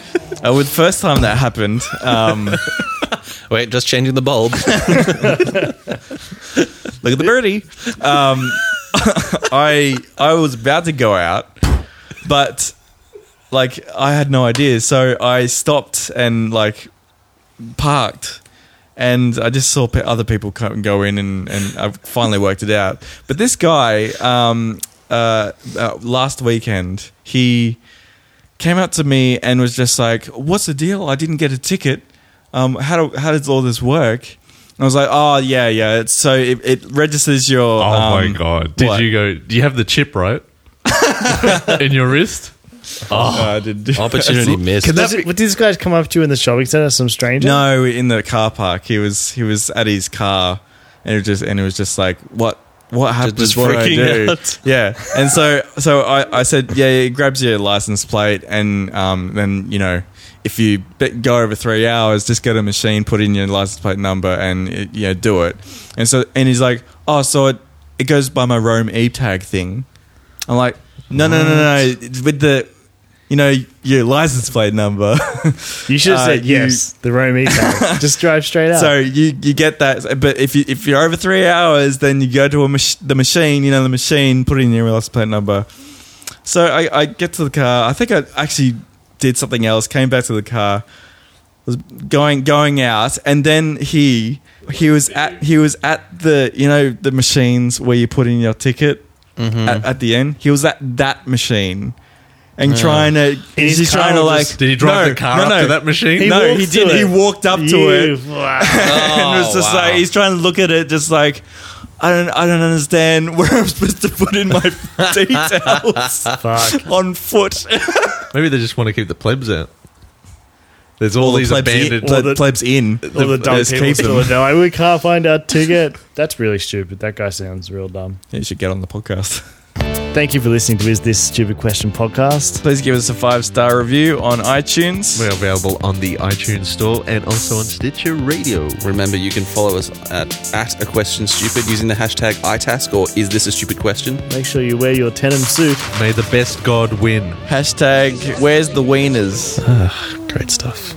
[SPEAKER 3] uh, with first time that happened, um,
[SPEAKER 4] Wait, just changing the bulb.
[SPEAKER 3] look at the birdie. Um, I I was about to go out, but like I had no idea, so I stopped and like parked. And I just saw pe- other people come and go in, and, and I finally worked it out. But this guy, um, uh, uh, last weekend, he came up to me and was just like, "What's the deal? I didn't get a ticket. Um, how do, how does all this work?" And I was like, "Oh yeah, yeah. It's, so it, it registers your.
[SPEAKER 2] Oh
[SPEAKER 3] um,
[SPEAKER 2] my god! Did
[SPEAKER 3] what?
[SPEAKER 2] you go? Do you have the chip right in your wrist?
[SPEAKER 3] No, I didn't do
[SPEAKER 4] Opportunity missed.
[SPEAKER 5] Does it- did this guy come up to you in the shopping center, some stranger?
[SPEAKER 3] No, in the car park. He was he was at his car, and it was just and it was just like what what happens?
[SPEAKER 4] just
[SPEAKER 3] what do I
[SPEAKER 4] freaking
[SPEAKER 3] do?
[SPEAKER 4] out.
[SPEAKER 3] Yeah, and so so I, I said yeah, yeah. He grabs your license plate, and um then you know if you be- go over three hours, just get a machine, put in your license plate number, and it, you know do it. And so and he's like, oh, so it it goes by my Rome e tag thing. I'm like, no, no, no, no, it's with the. You know your license plate number.
[SPEAKER 5] You should have
[SPEAKER 3] Uh,
[SPEAKER 5] said
[SPEAKER 3] you-
[SPEAKER 5] yes, the Rome email. Just drive straight out.
[SPEAKER 3] So you you get that, but if you if you're over three hours, then you go to a mach- the machine. You know the machine, put in your license plate number. So I, I get to the car. I think I actually did something else. Came back to the car, was going going out, and then he he was at he was at the you know the machines where you put in your ticket
[SPEAKER 2] Mm-hmm.
[SPEAKER 3] at, at the end. He was at that machine. And trying to,
[SPEAKER 5] his
[SPEAKER 3] he's just
[SPEAKER 5] car
[SPEAKER 3] trying to
[SPEAKER 5] was
[SPEAKER 3] like.
[SPEAKER 5] just-
[SPEAKER 2] Did he drive
[SPEAKER 3] no,
[SPEAKER 2] the car
[SPEAKER 3] no,
[SPEAKER 2] up
[SPEAKER 3] no.
[SPEAKER 2] to that machine?
[SPEAKER 3] He no, he
[SPEAKER 5] walked
[SPEAKER 3] did.
[SPEAKER 5] to
[SPEAKER 3] He
[SPEAKER 5] it.
[SPEAKER 3] walked up to
[SPEAKER 5] You-
[SPEAKER 3] it
[SPEAKER 5] wow.
[SPEAKER 3] and it was just
[SPEAKER 4] wow.
[SPEAKER 3] like he's trying to look at it, just like I don't, I don't understand where I'm supposed to put in my details
[SPEAKER 5] Fuck.
[SPEAKER 3] on foot.
[SPEAKER 2] Maybe they just want to keep the plebs out. There's all, these abandoned.
[SPEAKER 3] in, all
[SPEAKER 5] the-
[SPEAKER 3] the plebs in.
[SPEAKER 5] All the dumb
[SPEAKER 3] Let's
[SPEAKER 5] people
[SPEAKER 3] keep
[SPEAKER 5] still
[SPEAKER 3] them.
[SPEAKER 5] know. Like, we can't find our ticket. That's really stupid. That guy sounds real dumb.
[SPEAKER 3] You should get on the podcast.
[SPEAKER 5] Thank you for listening to Is This Stupid Question podcast.
[SPEAKER 3] Please give us a five star review on iTunes.
[SPEAKER 2] We're available on the iTunes Store and also on Stitcher Radio.
[SPEAKER 4] Remember, you can follow us at, at a question stupid using the hashtag iTask or is this a stupid question?
[SPEAKER 5] Make sure you wear your denim suit.
[SPEAKER 2] May the best God win.
[SPEAKER 3] Hashtag Where's the wieners?
[SPEAKER 4] Great stuff.